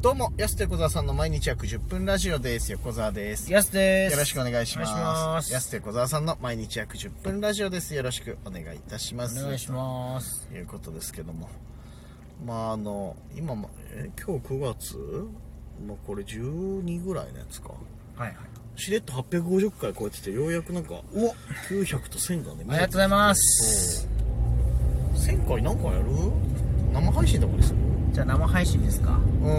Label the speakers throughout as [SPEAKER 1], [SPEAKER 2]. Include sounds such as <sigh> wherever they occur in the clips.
[SPEAKER 1] どうも、安手小沢さんの毎日約10分ラジオです。横澤です。よ
[SPEAKER 2] やすです。
[SPEAKER 1] ろしくお願いします。
[SPEAKER 2] お願いします
[SPEAKER 1] 安手小沢さんの毎日約10分ラジオです。よろしくお願いいたします。
[SPEAKER 2] お願いします。
[SPEAKER 1] ということですけども。まあ、あの、今も、え、今日9月のこれ12ぐらいのやつか。
[SPEAKER 2] はいはい。
[SPEAKER 1] しれっと850回超えてて、ようやくなんか、
[SPEAKER 2] おあ
[SPEAKER 1] 900と1000がね、
[SPEAKER 2] りがとうございます。
[SPEAKER 1] 1000回なんかやる生配信とかでする
[SPEAKER 2] じゃあ生配信ですか。
[SPEAKER 1] う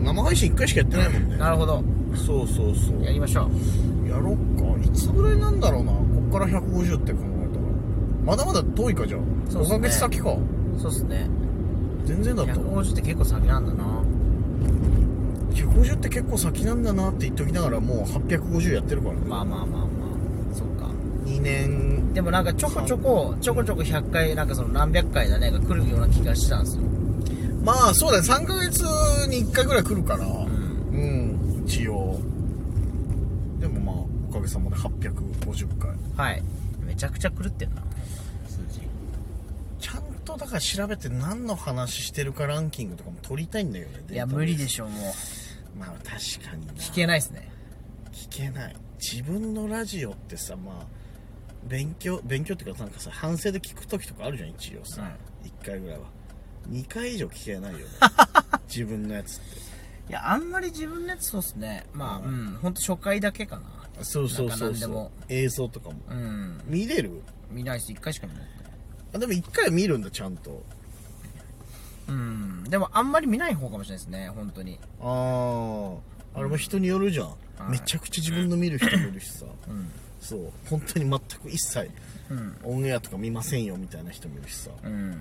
[SPEAKER 1] ん、生配信1回しかやってないもん
[SPEAKER 2] <laughs>
[SPEAKER 1] ね。
[SPEAKER 2] なるほど。
[SPEAKER 1] そうそうそう。
[SPEAKER 2] やりましょう。
[SPEAKER 1] やろっかいつぐらいなんだろうなこっから150って考えたらまだまだ遠いかじゃあ
[SPEAKER 2] そうっすね
[SPEAKER 1] 5ヶ月先か
[SPEAKER 2] そうっすね。
[SPEAKER 1] 全然だったわ
[SPEAKER 2] 150って結構先なんだな。
[SPEAKER 1] 150って結構先なんだなって言っときながらもう850やってるからね、
[SPEAKER 2] まあまあまあまあ。そっか。
[SPEAKER 1] 2年
[SPEAKER 2] でもなんかちょこちょこ、ちょこちょこ100回、なんかその何百回だねが来るような気がしたんですよ。
[SPEAKER 1] まあそうだね3ヶ月に1回ぐらい来るからうんん、一応でもまあおかげさまで850回
[SPEAKER 2] はい。めちゃくちゃ狂ってんな。数字。
[SPEAKER 1] ちゃんとだから調べて何の話してるかランキングとかも取りたいんだよね
[SPEAKER 2] いや、無理で
[SPEAKER 1] ょ
[SPEAKER 2] しょ、もう。
[SPEAKER 1] まあ確かにな
[SPEAKER 2] 聞けないっすね。
[SPEAKER 1] 聞けない自分のラジオってさまあ勉強勉強っていうかなんかさ反省で聞く時とかあるじゃん一応さ、1回ぐらいは2回以上聞けないよ <laughs> ね自分のやつって
[SPEAKER 2] いや、あんまり自分のやつそうっすね。まあ、
[SPEAKER 1] う
[SPEAKER 2] うん。ほんと初回だけかな。
[SPEAKER 1] そうそうそ
[SPEAKER 2] なんか
[SPEAKER 1] う
[SPEAKER 2] なんで
[SPEAKER 1] そう
[SPEAKER 2] も
[SPEAKER 1] 映像とかも
[SPEAKER 2] うん。
[SPEAKER 1] 見れる
[SPEAKER 2] 見ないし、一回しか見ない。
[SPEAKER 1] あでも1回は見るんだちゃんと
[SPEAKER 2] うん。でも、あんまり見ない方かもしれないですね、本当に。
[SPEAKER 1] あああれも人によるじゃん、
[SPEAKER 2] い
[SPEAKER 1] めちゃくちゃ自分の見る人もいるしさ、
[SPEAKER 2] ん
[SPEAKER 1] そう本当に全く一切
[SPEAKER 2] うん。
[SPEAKER 1] オンエアとか見ませんよみたいな人もいるしさ、あ
[SPEAKER 2] うん。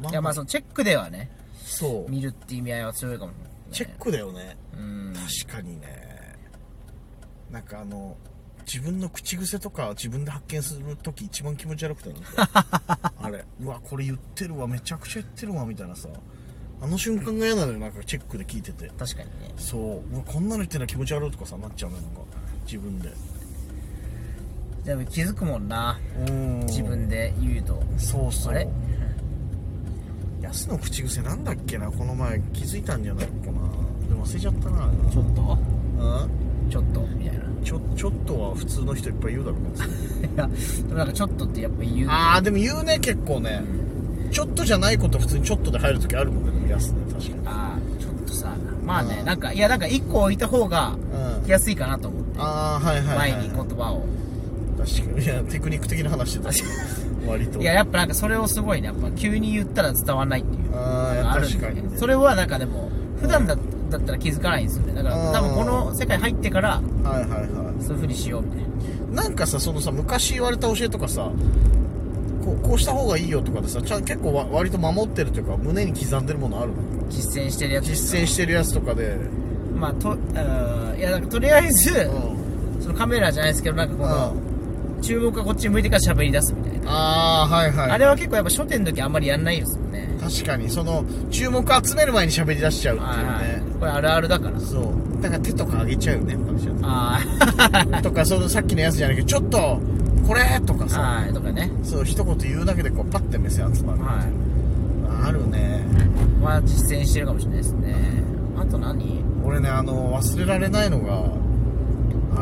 [SPEAKER 1] ーま
[SPEAKER 2] いや、まあ、その、チェックではね、
[SPEAKER 1] そう
[SPEAKER 2] 見るって意味合いは強いかも、ね。
[SPEAKER 1] チェックだよね
[SPEAKER 2] うん。
[SPEAKER 1] 確かにねなんかあの自分の口癖とか自分で発見する時一番気持ち悪く
[SPEAKER 2] <laughs>
[SPEAKER 1] てなんかあれうわこれ言ってるわめちゃくちゃ言ってるわみたいなさあの瞬間が嫌なのよなんかチェックで聞いてて
[SPEAKER 2] 確かにね。
[SPEAKER 1] そううわこんなの言ってるの気持ち悪いとかさなっちゃうのよなんか自分で
[SPEAKER 2] でも、気づくもんな。
[SPEAKER 1] うん
[SPEAKER 2] 自分で言うと。
[SPEAKER 1] そうそ
[SPEAKER 2] あ
[SPEAKER 1] う
[SPEAKER 2] れ
[SPEAKER 1] ヤスの口癖なんだっけなこの前気づいたんじゃないかなでも忘れちゃったな
[SPEAKER 2] ちょっと
[SPEAKER 1] うん
[SPEAKER 2] ちょっとみたいな。
[SPEAKER 1] ちょちょっとは普通の人いっぱい言うだろうな
[SPEAKER 2] いや、でもなんか、ちょっとってやっぱ言う。
[SPEAKER 1] ああでも言うね結構ね、ちょっとじゃないこと普通にちょっとで入るときあるもんねでも安ね確かに
[SPEAKER 2] あーちょっとさ、まあ
[SPEAKER 1] う
[SPEAKER 2] ね、
[SPEAKER 1] ん
[SPEAKER 2] なんか、いや、なんか、一個置いた方が、
[SPEAKER 1] うん
[SPEAKER 2] 聞きやすいかなと思って。
[SPEAKER 1] ああはいはい、はい、
[SPEAKER 2] 前に言葉を。
[SPEAKER 1] 確かにいやテクニック的な話してたし割と
[SPEAKER 2] いや、やっぱなんかそれをすごいね、やっぱ急に言ったら伝わんないっていう。
[SPEAKER 1] あー
[SPEAKER 2] のがるんですよ
[SPEAKER 1] 確かにね
[SPEAKER 2] それはなんかでも、普段だ,、だったら気づかないんですよね。だから
[SPEAKER 1] うん
[SPEAKER 2] 多分この世界入ってから、
[SPEAKER 1] はいはいは
[SPEAKER 2] そういう風にしようみたいな。
[SPEAKER 1] いなんかさそのさ昔言われた教えとかさこうこうした方がいいよとかでさちゃん結構わ割と守ってるというか胸に刻んでるものあるの
[SPEAKER 2] 実践してるやつ。
[SPEAKER 1] 実践してるやつとかで
[SPEAKER 2] まあ、と、あーいや、なんかとりあえず、そのカメラじゃないですけど、なんかこ
[SPEAKER 1] あ
[SPEAKER 2] の、注目がこっちに向いてから喋り出すみたいな。
[SPEAKER 1] あーはいはい
[SPEAKER 2] あれは結構やっぱ初点の時あんまりやんないですよね。
[SPEAKER 1] 確かにその注目集める前に喋り出しちゃうっていうね、
[SPEAKER 2] はい。これあるあるだから。
[SPEAKER 1] そうだから手とか上げちゃうよね私は
[SPEAKER 2] あー
[SPEAKER 1] とかそのさっきのやつじゃないけどちょっとこれとかさ
[SPEAKER 2] はい、とかね。
[SPEAKER 1] そう一言言うだけでこうパッて目線集まる、
[SPEAKER 2] はい。
[SPEAKER 1] あるね
[SPEAKER 2] まあ実践してるかもしれないですねあと何
[SPEAKER 1] 俺ねあの忘れられないのが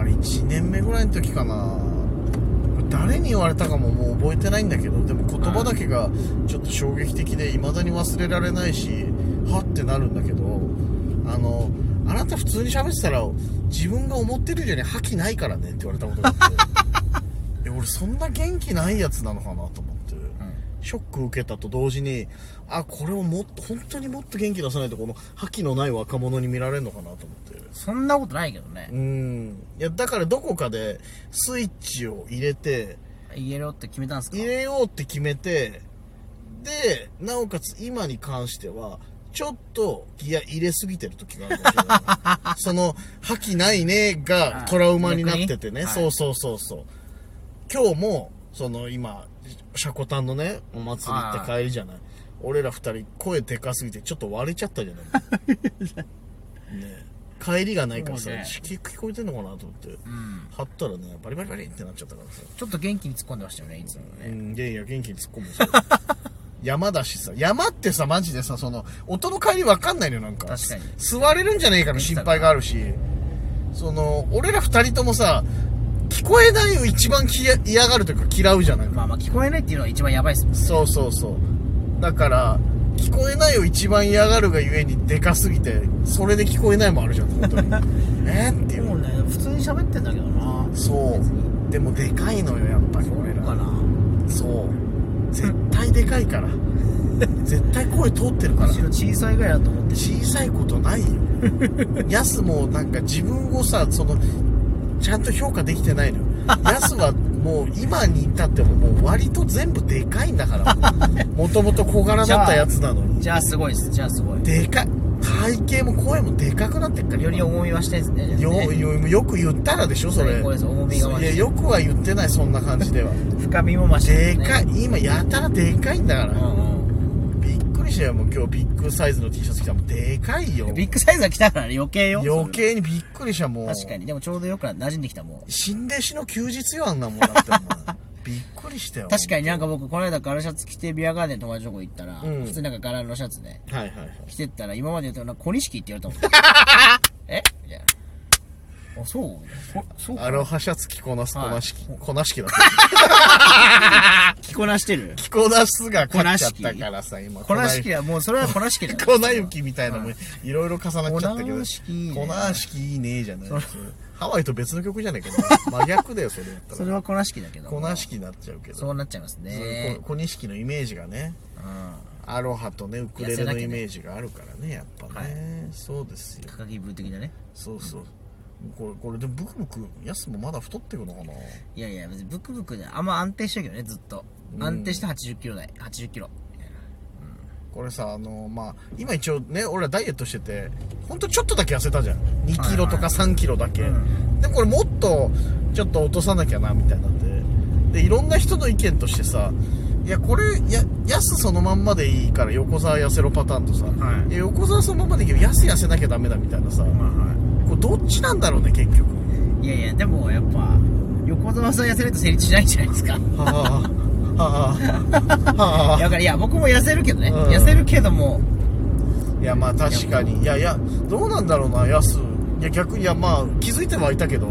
[SPEAKER 1] あれ1年目ぐらいの時かな誰に言われたかももう覚えてないんだけどでも言葉だけがちょっと衝撃的で未だに忘れられないしはってなるんだけどあのあなた普通に喋ってたら自分が思ってる以上に覇気ないからねって言われたことがあっていや俺そんな元気ないやつなのかなと思って、ショック受けたと同時にあこれをもっと本当にもっと元気出さないとこの覇気のない若者に見られるのかなと思って
[SPEAKER 2] そんなことないけどね
[SPEAKER 1] うんいやだからどこかでスイッチを入れて
[SPEAKER 2] 言えろって決めたんですか
[SPEAKER 1] 入れようって決めてでなおかつ今に関してはちょっとギア入れすぎてる時があるかもしれ
[SPEAKER 2] <laughs>
[SPEAKER 1] ないその「覇気ないね」がトラウマになっててね、
[SPEAKER 2] はい
[SPEAKER 1] そうそうそうそう今日もその今シャコタンのねお祭り行って帰りじゃない俺ら二人声でかすぎてちょっと割れちゃったじゃない
[SPEAKER 2] <laughs>
[SPEAKER 1] ね帰りがないからさ、
[SPEAKER 2] そうね
[SPEAKER 1] 聞聞こえてんのかなと思って
[SPEAKER 2] うん
[SPEAKER 1] 張ったらねバリバリバリってなっちゃったからさ
[SPEAKER 2] ちょっと元気に突っ込んでましたよねいつもね <laughs>
[SPEAKER 1] うん、いやいや、元気に突っ込むんですよ。山だしさ山ってさマジでさその音の帰り分かんないのよなんか
[SPEAKER 2] 確かに
[SPEAKER 1] 座れるんじゃねえかの心配があるしその俺ら二人ともさ聞こえないを一番きや嫌がるというか嫌うじゃない
[SPEAKER 2] まあまあ聞こえないっていうのが一番やばいっすもん
[SPEAKER 1] そうそうそうだから聞こえないを一番嫌がるがゆえにでかすぎてそれで聞こえないもあるじゃん本
[SPEAKER 2] <laughs>
[SPEAKER 1] 当にえーっていう
[SPEAKER 2] ね普通に喋ってんだけどな
[SPEAKER 1] そうでもでかいのよやっぱり俺
[SPEAKER 2] そうからな
[SPEAKER 1] そう絶対でかいから <laughs> 絶対声通ってるから
[SPEAKER 2] むしろ小さいぐらいだと思ってる
[SPEAKER 1] 小さいことない
[SPEAKER 2] <laughs>
[SPEAKER 1] よヤスもなんか自分をさそのちゃんと評価できてない
[SPEAKER 2] <laughs>
[SPEAKER 1] のよヤスはもう今に至ってももう割と全部でかいんだ
[SPEAKER 2] <laughs>
[SPEAKER 1] からもともと小柄だったやつなのに
[SPEAKER 2] じゃあすごいっすじゃあすごい
[SPEAKER 1] でかい体型も声もでかくなってっから
[SPEAKER 2] より重みはしてんすねじゃあ
[SPEAKER 1] よ
[SPEAKER 2] ね
[SPEAKER 1] よよく言ったらでしょそれ
[SPEAKER 2] 最高です重みが増して
[SPEAKER 1] いやよくは言ってないそんな感じ
[SPEAKER 2] <laughs>
[SPEAKER 1] では
[SPEAKER 2] 深みも増して
[SPEAKER 1] で
[SPEAKER 2] るね
[SPEAKER 1] かい今やたらでかいんだから、
[SPEAKER 2] うん
[SPEAKER 1] びっくりしたよもう今日ビッグサイズの T シャツ着たもんでかいよ
[SPEAKER 2] うんビッグサイズが来たからね余計よ
[SPEAKER 1] 余計にびっくりしたもう
[SPEAKER 2] 確かにでもちょうどよくな馴染んできたもん
[SPEAKER 1] 新弟子の休日よあんなもんだっ
[SPEAKER 2] <laughs>
[SPEAKER 1] てお前びっくりしたよ
[SPEAKER 2] 確かになんか僕この間ガラシャツ着てビアガーデン友達のとこ行ったら、
[SPEAKER 1] うん
[SPEAKER 2] 普通になんか柄のシャツで
[SPEAKER 1] はいはいはい
[SPEAKER 2] 着てったら今まで言ったらなんか小錦って言われ <laughs> たもんえみたいなあそうこそう
[SPEAKER 1] アロハシャツ着こなす
[SPEAKER 2] はい
[SPEAKER 1] こなしき、
[SPEAKER 2] うん
[SPEAKER 1] こなしきだっ
[SPEAKER 2] 着こなしてる
[SPEAKER 1] た着こなすが勝っちゃったからさ今
[SPEAKER 2] こなしきはもうそれはこなし <laughs> きだよ
[SPEAKER 1] 粉雪みたいなのもいろいろ重なっちゃったけど
[SPEAKER 2] 粉式いいね
[SPEAKER 1] 粉式いいねじゃないハワイと別の曲じゃないかな真逆だよそれだった
[SPEAKER 2] それ
[SPEAKER 1] ら
[SPEAKER 2] はこなしきだけど
[SPEAKER 1] 粉式になっちゃうけ
[SPEAKER 2] そ
[SPEAKER 1] ど
[SPEAKER 2] うなっちゃいますね
[SPEAKER 1] こ小錦のイメージがね
[SPEAKER 2] うん
[SPEAKER 1] アロハとねウクレレのイメージがあるからねやっぱね、そうですよ
[SPEAKER 2] 高木ブー的なね
[SPEAKER 1] そうそうこれこれでもブクブクやすもまだ太ってくのかない
[SPEAKER 2] やいや別にブクブクであんま安定してるけどねずっと
[SPEAKER 1] うん
[SPEAKER 2] 安定して8 0キロ台8 0キロ
[SPEAKER 1] これさあのまあ今一応ね俺らダイエットしててほんとちょっとだけ痩せたじゃん2キロとか3キロだけ、
[SPEAKER 2] はいはいうん
[SPEAKER 1] でもこれもっとちょっと落とさなきゃなみたいになってでいろんな人の意見としてさいやこれや痩せそのまんまでいいから横澤痩せろパターンとさ、
[SPEAKER 2] はい
[SPEAKER 1] や横澤そのまんまでいいけど痩せ痩せなきゃダメだみたいなさ、
[SPEAKER 2] まあは
[SPEAKER 1] これどっちなんだろうね結局
[SPEAKER 2] いいやいやでもやっぱ横澤さん痩せると成立しないんじゃないですか
[SPEAKER 1] はあはあ <laughs> はあ
[SPEAKER 2] だからいや僕も痩せるけどね、
[SPEAKER 1] うん
[SPEAKER 2] 痩せるけども
[SPEAKER 1] いやまあ確かにいやいやどうなんだろうなやすいや逆にいやまあ気づいてはいたけど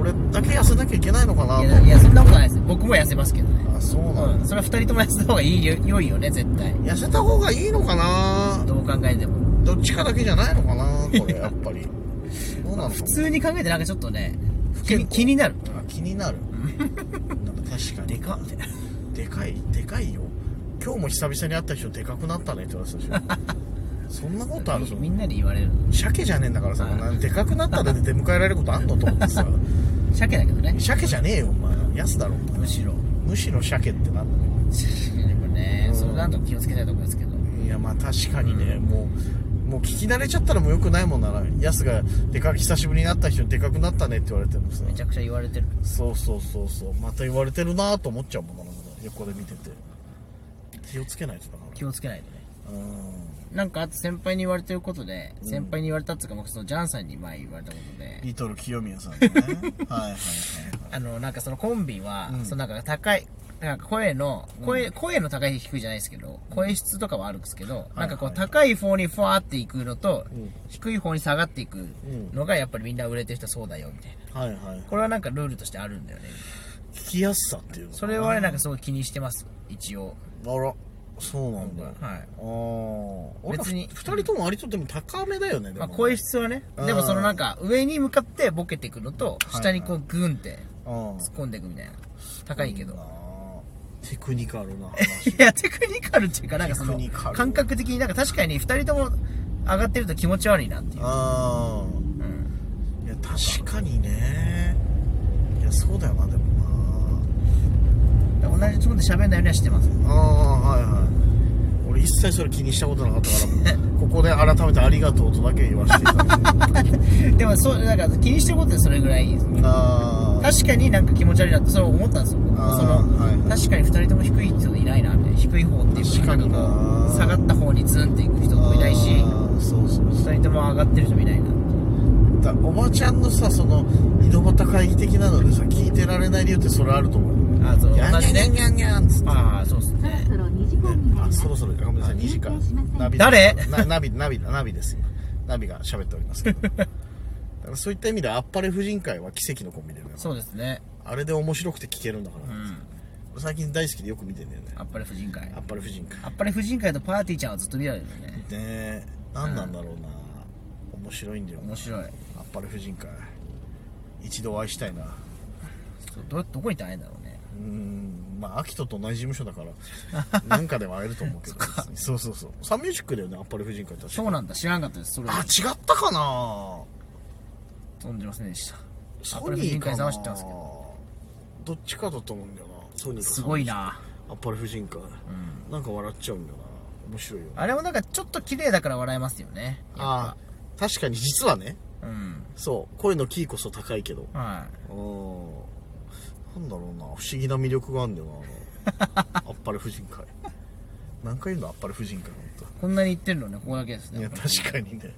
[SPEAKER 1] 俺だけ痩せなきゃいけないのかないと
[SPEAKER 2] やいやそんなことないです僕も痩せますけどね
[SPEAKER 1] あそうなんだ、
[SPEAKER 2] うんそれは2人とも痩せた方がいいよ良いよね絶対
[SPEAKER 1] 痩せた方がいいのかな
[SPEAKER 2] どう考えても
[SPEAKER 1] どっちかだけじゃないのかなこれやっぱりどうなの
[SPEAKER 2] 普通に考えてなんかちょっとね
[SPEAKER 1] 不
[SPEAKER 2] 気
[SPEAKER 1] 健
[SPEAKER 2] に
[SPEAKER 1] 康
[SPEAKER 2] 気になる
[SPEAKER 1] あ気に <laughs> なるなんか確かに
[SPEAKER 2] でかっみたいな
[SPEAKER 1] でかいでかいよ今日も久々に会った人でかくなったねって言われてたでしょ
[SPEAKER 2] <laughs>
[SPEAKER 1] そんなことあるぞ
[SPEAKER 2] みんなに言われる
[SPEAKER 1] 鮭じゃねえんだからさ、
[SPEAKER 2] はい
[SPEAKER 1] なんでかくなったで出迎えられることあんのと思ってさ
[SPEAKER 2] 鮭だけどね
[SPEAKER 1] 鮭じゃねえよお前安だろお前
[SPEAKER 2] むしろ
[SPEAKER 1] むしろ鮭ってなんだね
[SPEAKER 2] でもね
[SPEAKER 1] うん
[SPEAKER 2] それなんとか気をつけたいところですけど
[SPEAKER 1] いやまあ確かにね、もうもう聞き慣れちゃったらもうよくないもんならヤスがでか久しぶりに会った人にでかくなったねって言われてもさ
[SPEAKER 2] めちゃくちゃ言われてる
[SPEAKER 1] そうそうそうそうまた言われてるなと思っちゃうもんななんか横で見てて気をつけないとだか
[SPEAKER 2] 気をつけないと
[SPEAKER 1] ら
[SPEAKER 2] ね
[SPEAKER 1] うん
[SPEAKER 2] なんかあと先輩に言われてることで、
[SPEAKER 1] うん
[SPEAKER 2] 先輩に言われたっていうか僕そのジャンさんに前言われたことで
[SPEAKER 1] リトル清宮さんのねはいはいはい
[SPEAKER 2] あのなんかそのコンビは、
[SPEAKER 1] うん
[SPEAKER 2] そのなんか高いなんか声の声,、声の高い低いじゃないですけど声質とかはあるんですけど、なんかこう
[SPEAKER 1] はいはい
[SPEAKER 2] 高い方にファーっていくのと、
[SPEAKER 1] うん
[SPEAKER 2] 低い方に下がっていく
[SPEAKER 1] ん
[SPEAKER 2] のがやっぱりみんな売れてる人はそうだよみたいな
[SPEAKER 1] はいはいはい
[SPEAKER 2] これはなんかルールとしてあるんだよね
[SPEAKER 1] 聞きやすさっていうのか
[SPEAKER 2] それはねなんかすごい気にしてます一応
[SPEAKER 1] あらそうなんだ、あ
[SPEAKER 2] はい
[SPEAKER 1] あ俺ら
[SPEAKER 2] 別に
[SPEAKER 1] ふ二人とも割とでも高めだよねで
[SPEAKER 2] ま
[SPEAKER 1] もね
[SPEAKER 2] あ、声質はね、
[SPEAKER 1] うん
[SPEAKER 2] でもそのなんか、上に向かってボケていくのと、
[SPEAKER 1] いはい
[SPEAKER 2] 下にこうグンって
[SPEAKER 1] うん
[SPEAKER 2] 突っ込んでいくみたいな。高いけど。
[SPEAKER 1] なあテクニカルな
[SPEAKER 2] いや、テクニカルっていうか、なんかそ
[SPEAKER 1] テ
[SPEAKER 2] の
[SPEAKER 1] クニカ、ル
[SPEAKER 2] 感覚的になんか確かに二人とも上がってると気持ち悪いなっていう。
[SPEAKER 1] あ
[SPEAKER 2] うん。
[SPEAKER 1] あいや確かにねいやそうだよなでも
[SPEAKER 2] 同じつもりで喋んないようにはしてます。
[SPEAKER 1] なああはいはい俺一切それ気にしたことなかったからここで改めて「ありがとう」とだけ言わせていた <laughs> だきます
[SPEAKER 2] でもそう、なんか気にしてることでそれぐらいです。
[SPEAKER 1] ああ
[SPEAKER 2] 確かになんか気持ち悪いなって、それ思ったんですよ。僕
[SPEAKER 1] あー
[SPEAKER 2] その、
[SPEAKER 1] はいはい
[SPEAKER 2] 確かに二人とも低い人いないな、みたいな。低い方っていう
[SPEAKER 1] 確かになん
[SPEAKER 2] 下がった方にズンっていく人もいないし、
[SPEAKER 1] そうそうそう
[SPEAKER 2] 二人とも上がってる人もいないな。
[SPEAKER 1] 確だおばちゃんのさその井戸端会議的なのでさ聞いてられない理由ってそれあると思うよね
[SPEAKER 2] あその
[SPEAKER 1] ギャン
[SPEAKER 2] 同
[SPEAKER 1] ギャン
[SPEAKER 2] じ
[SPEAKER 1] ギャンギ
[SPEAKER 2] ね
[SPEAKER 1] ャンギャンっつって
[SPEAKER 2] ああそうっす
[SPEAKER 3] そろ
[SPEAKER 2] ね
[SPEAKER 3] そろ2時間になり
[SPEAKER 1] あ
[SPEAKER 3] ます。
[SPEAKER 1] そろそろごめんなさい2時間ナビ
[SPEAKER 2] 誰
[SPEAKER 1] なナビナビナビです今ナビが喋っております
[SPEAKER 2] <laughs>
[SPEAKER 1] けどだからそういった意味であっぱれ婦人会は奇跡のコンビだよね
[SPEAKER 2] そうですね
[SPEAKER 1] あれで面白くて聞けるんだか
[SPEAKER 2] う
[SPEAKER 1] ら、
[SPEAKER 2] ん
[SPEAKER 1] 俺最近大好きでよく見てんだよね
[SPEAKER 2] あっぱれ婦人会
[SPEAKER 1] あっぱれ婦人会
[SPEAKER 2] あっぱれ婦人会とパーティーちゃんはずっと見られるよね
[SPEAKER 1] ね何なんだろうな、面白いんだよな
[SPEAKER 2] 面白い
[SPEAKER 1] あっぱれ婦人会一度お会いしたいな
[SPEAKER 2] そうどどこに行ったら会えんだろうね
[SPEAKER 1] うーんまあアキトと同じ事務所だから
[SPEAKER 2] <laughs>
[SPEAKER 1] なんかでは会えると思うけどそうそうそうサンミュージックだよねアッパレ婦人会確
[SPEAKER 2] そうなんだ知らなかったですそれ
[SPEAKER 1] あ違ったかな
[SPEAKER 2] 存じませんでした
[SPEAKER 1] ソ
[SPEAKER 2] アッパレ婦
[SPEAKER 1] ニー
[SPEAKER 2] 人
[SPEAKER 1] か
[SPEAKER 2] 会
[SPEAKER 1] な
[SPEAKER 2] 探してたんですけど
[SPEAKER 1] どっちかだと思うんだよなソニーか
[SPEAKER 2] すごいな
[SPEAKER 1] アッパレ婦人会、なんか笑っちゃうんだよな面白いよね
[SPEAKER 2] あれもなんかちょっと綺麗だから笑えますよね
[SPEAKER 1] ああ確かに実はね
[SPEAKER 2] うん
[SPEAKER 1] そう声のキーこそ高いけど
[SPEAKER 2] は
[SPEAKER 1] うーんなんだろうな不思議な魅力があるんだよな
[SPEAKER 2] <laughs>
[SPEAKER 1] あのあっぱれ婦人会何回言うのあっぱれ婦人会本当
[SPEAKER 2] いこんなに言ってるのねここだけですね
[SPEAKER 1] いや確かにね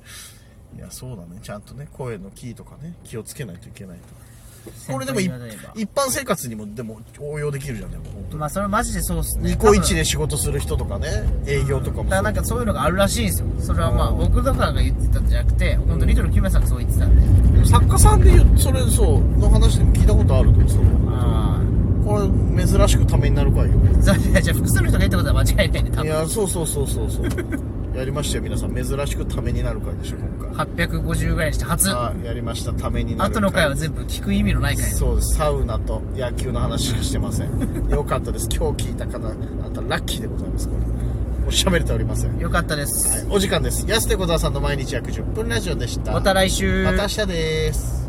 [SPEAKER 1] いやそうだねちゃんとね声のキーとかね気をつけないといけないとこれでもい
[SPEAKER 2] 先輩に言われれば
[SPEAKER 1] 一般生活にもでも応用できるじゃんでも本当に
[SPEAKER 2] まあそれマジでそうっすね
[SPEAKER 1] ニコイチ
[SPEAKER 2] で
[SPEAKER 1] で仕事する人とかね営業とかも
[SPEAKER 2] だ
[SPEAKER 1] そう
[SPEAKER 2] からな
[SPEAKER 1] ん
[SPEAKER 2] かそういうのがあるらしいんですよそれはまあ
[SPEAKER 1] うん
[SPEAKER 2] 僕とかが言ってたんじゃなくて本当リトルキューバさんがそう言ってたんで
[SPEAKER 1] 作家さんで言うそれそうの話でも聞いたことあると思うそれ
[SPEAKER 2] あ
[SPEAKER 1] これ珍しくためになるかいよ
[SPEAKER 2] あじゃあじゃあ複数の人が言ったことは間違いないんで
[SPEAKER 1] い
[SPEAKER 2] 多分
[SPEAKER 1] やそうそうそうそうそう <laughs> やりましたよ皆さん珍しくためになる回でしょ今回
[SPEAKER 2] 850ぐらいにして初
[SPEAKER 1] あやりましたためになる
[SPEAKER 2] 後の回は全部聞く意味のない回です
[SPEAKER 1] そうですサウナと野球の話しかしてませ
[SPEAKER 2] <laughs>
[SPEAKER 1] んよかったです今日聞いた方あなたラッキーでございますこれもう喋れておりません、はい、
[SPEAKER 2] よかったです
[SPEAKER 1] お時間です安手小沢さんの毎日約10分ラジオでした
[SPEAKER 2] また来週
[SPEAKER 1] また明日です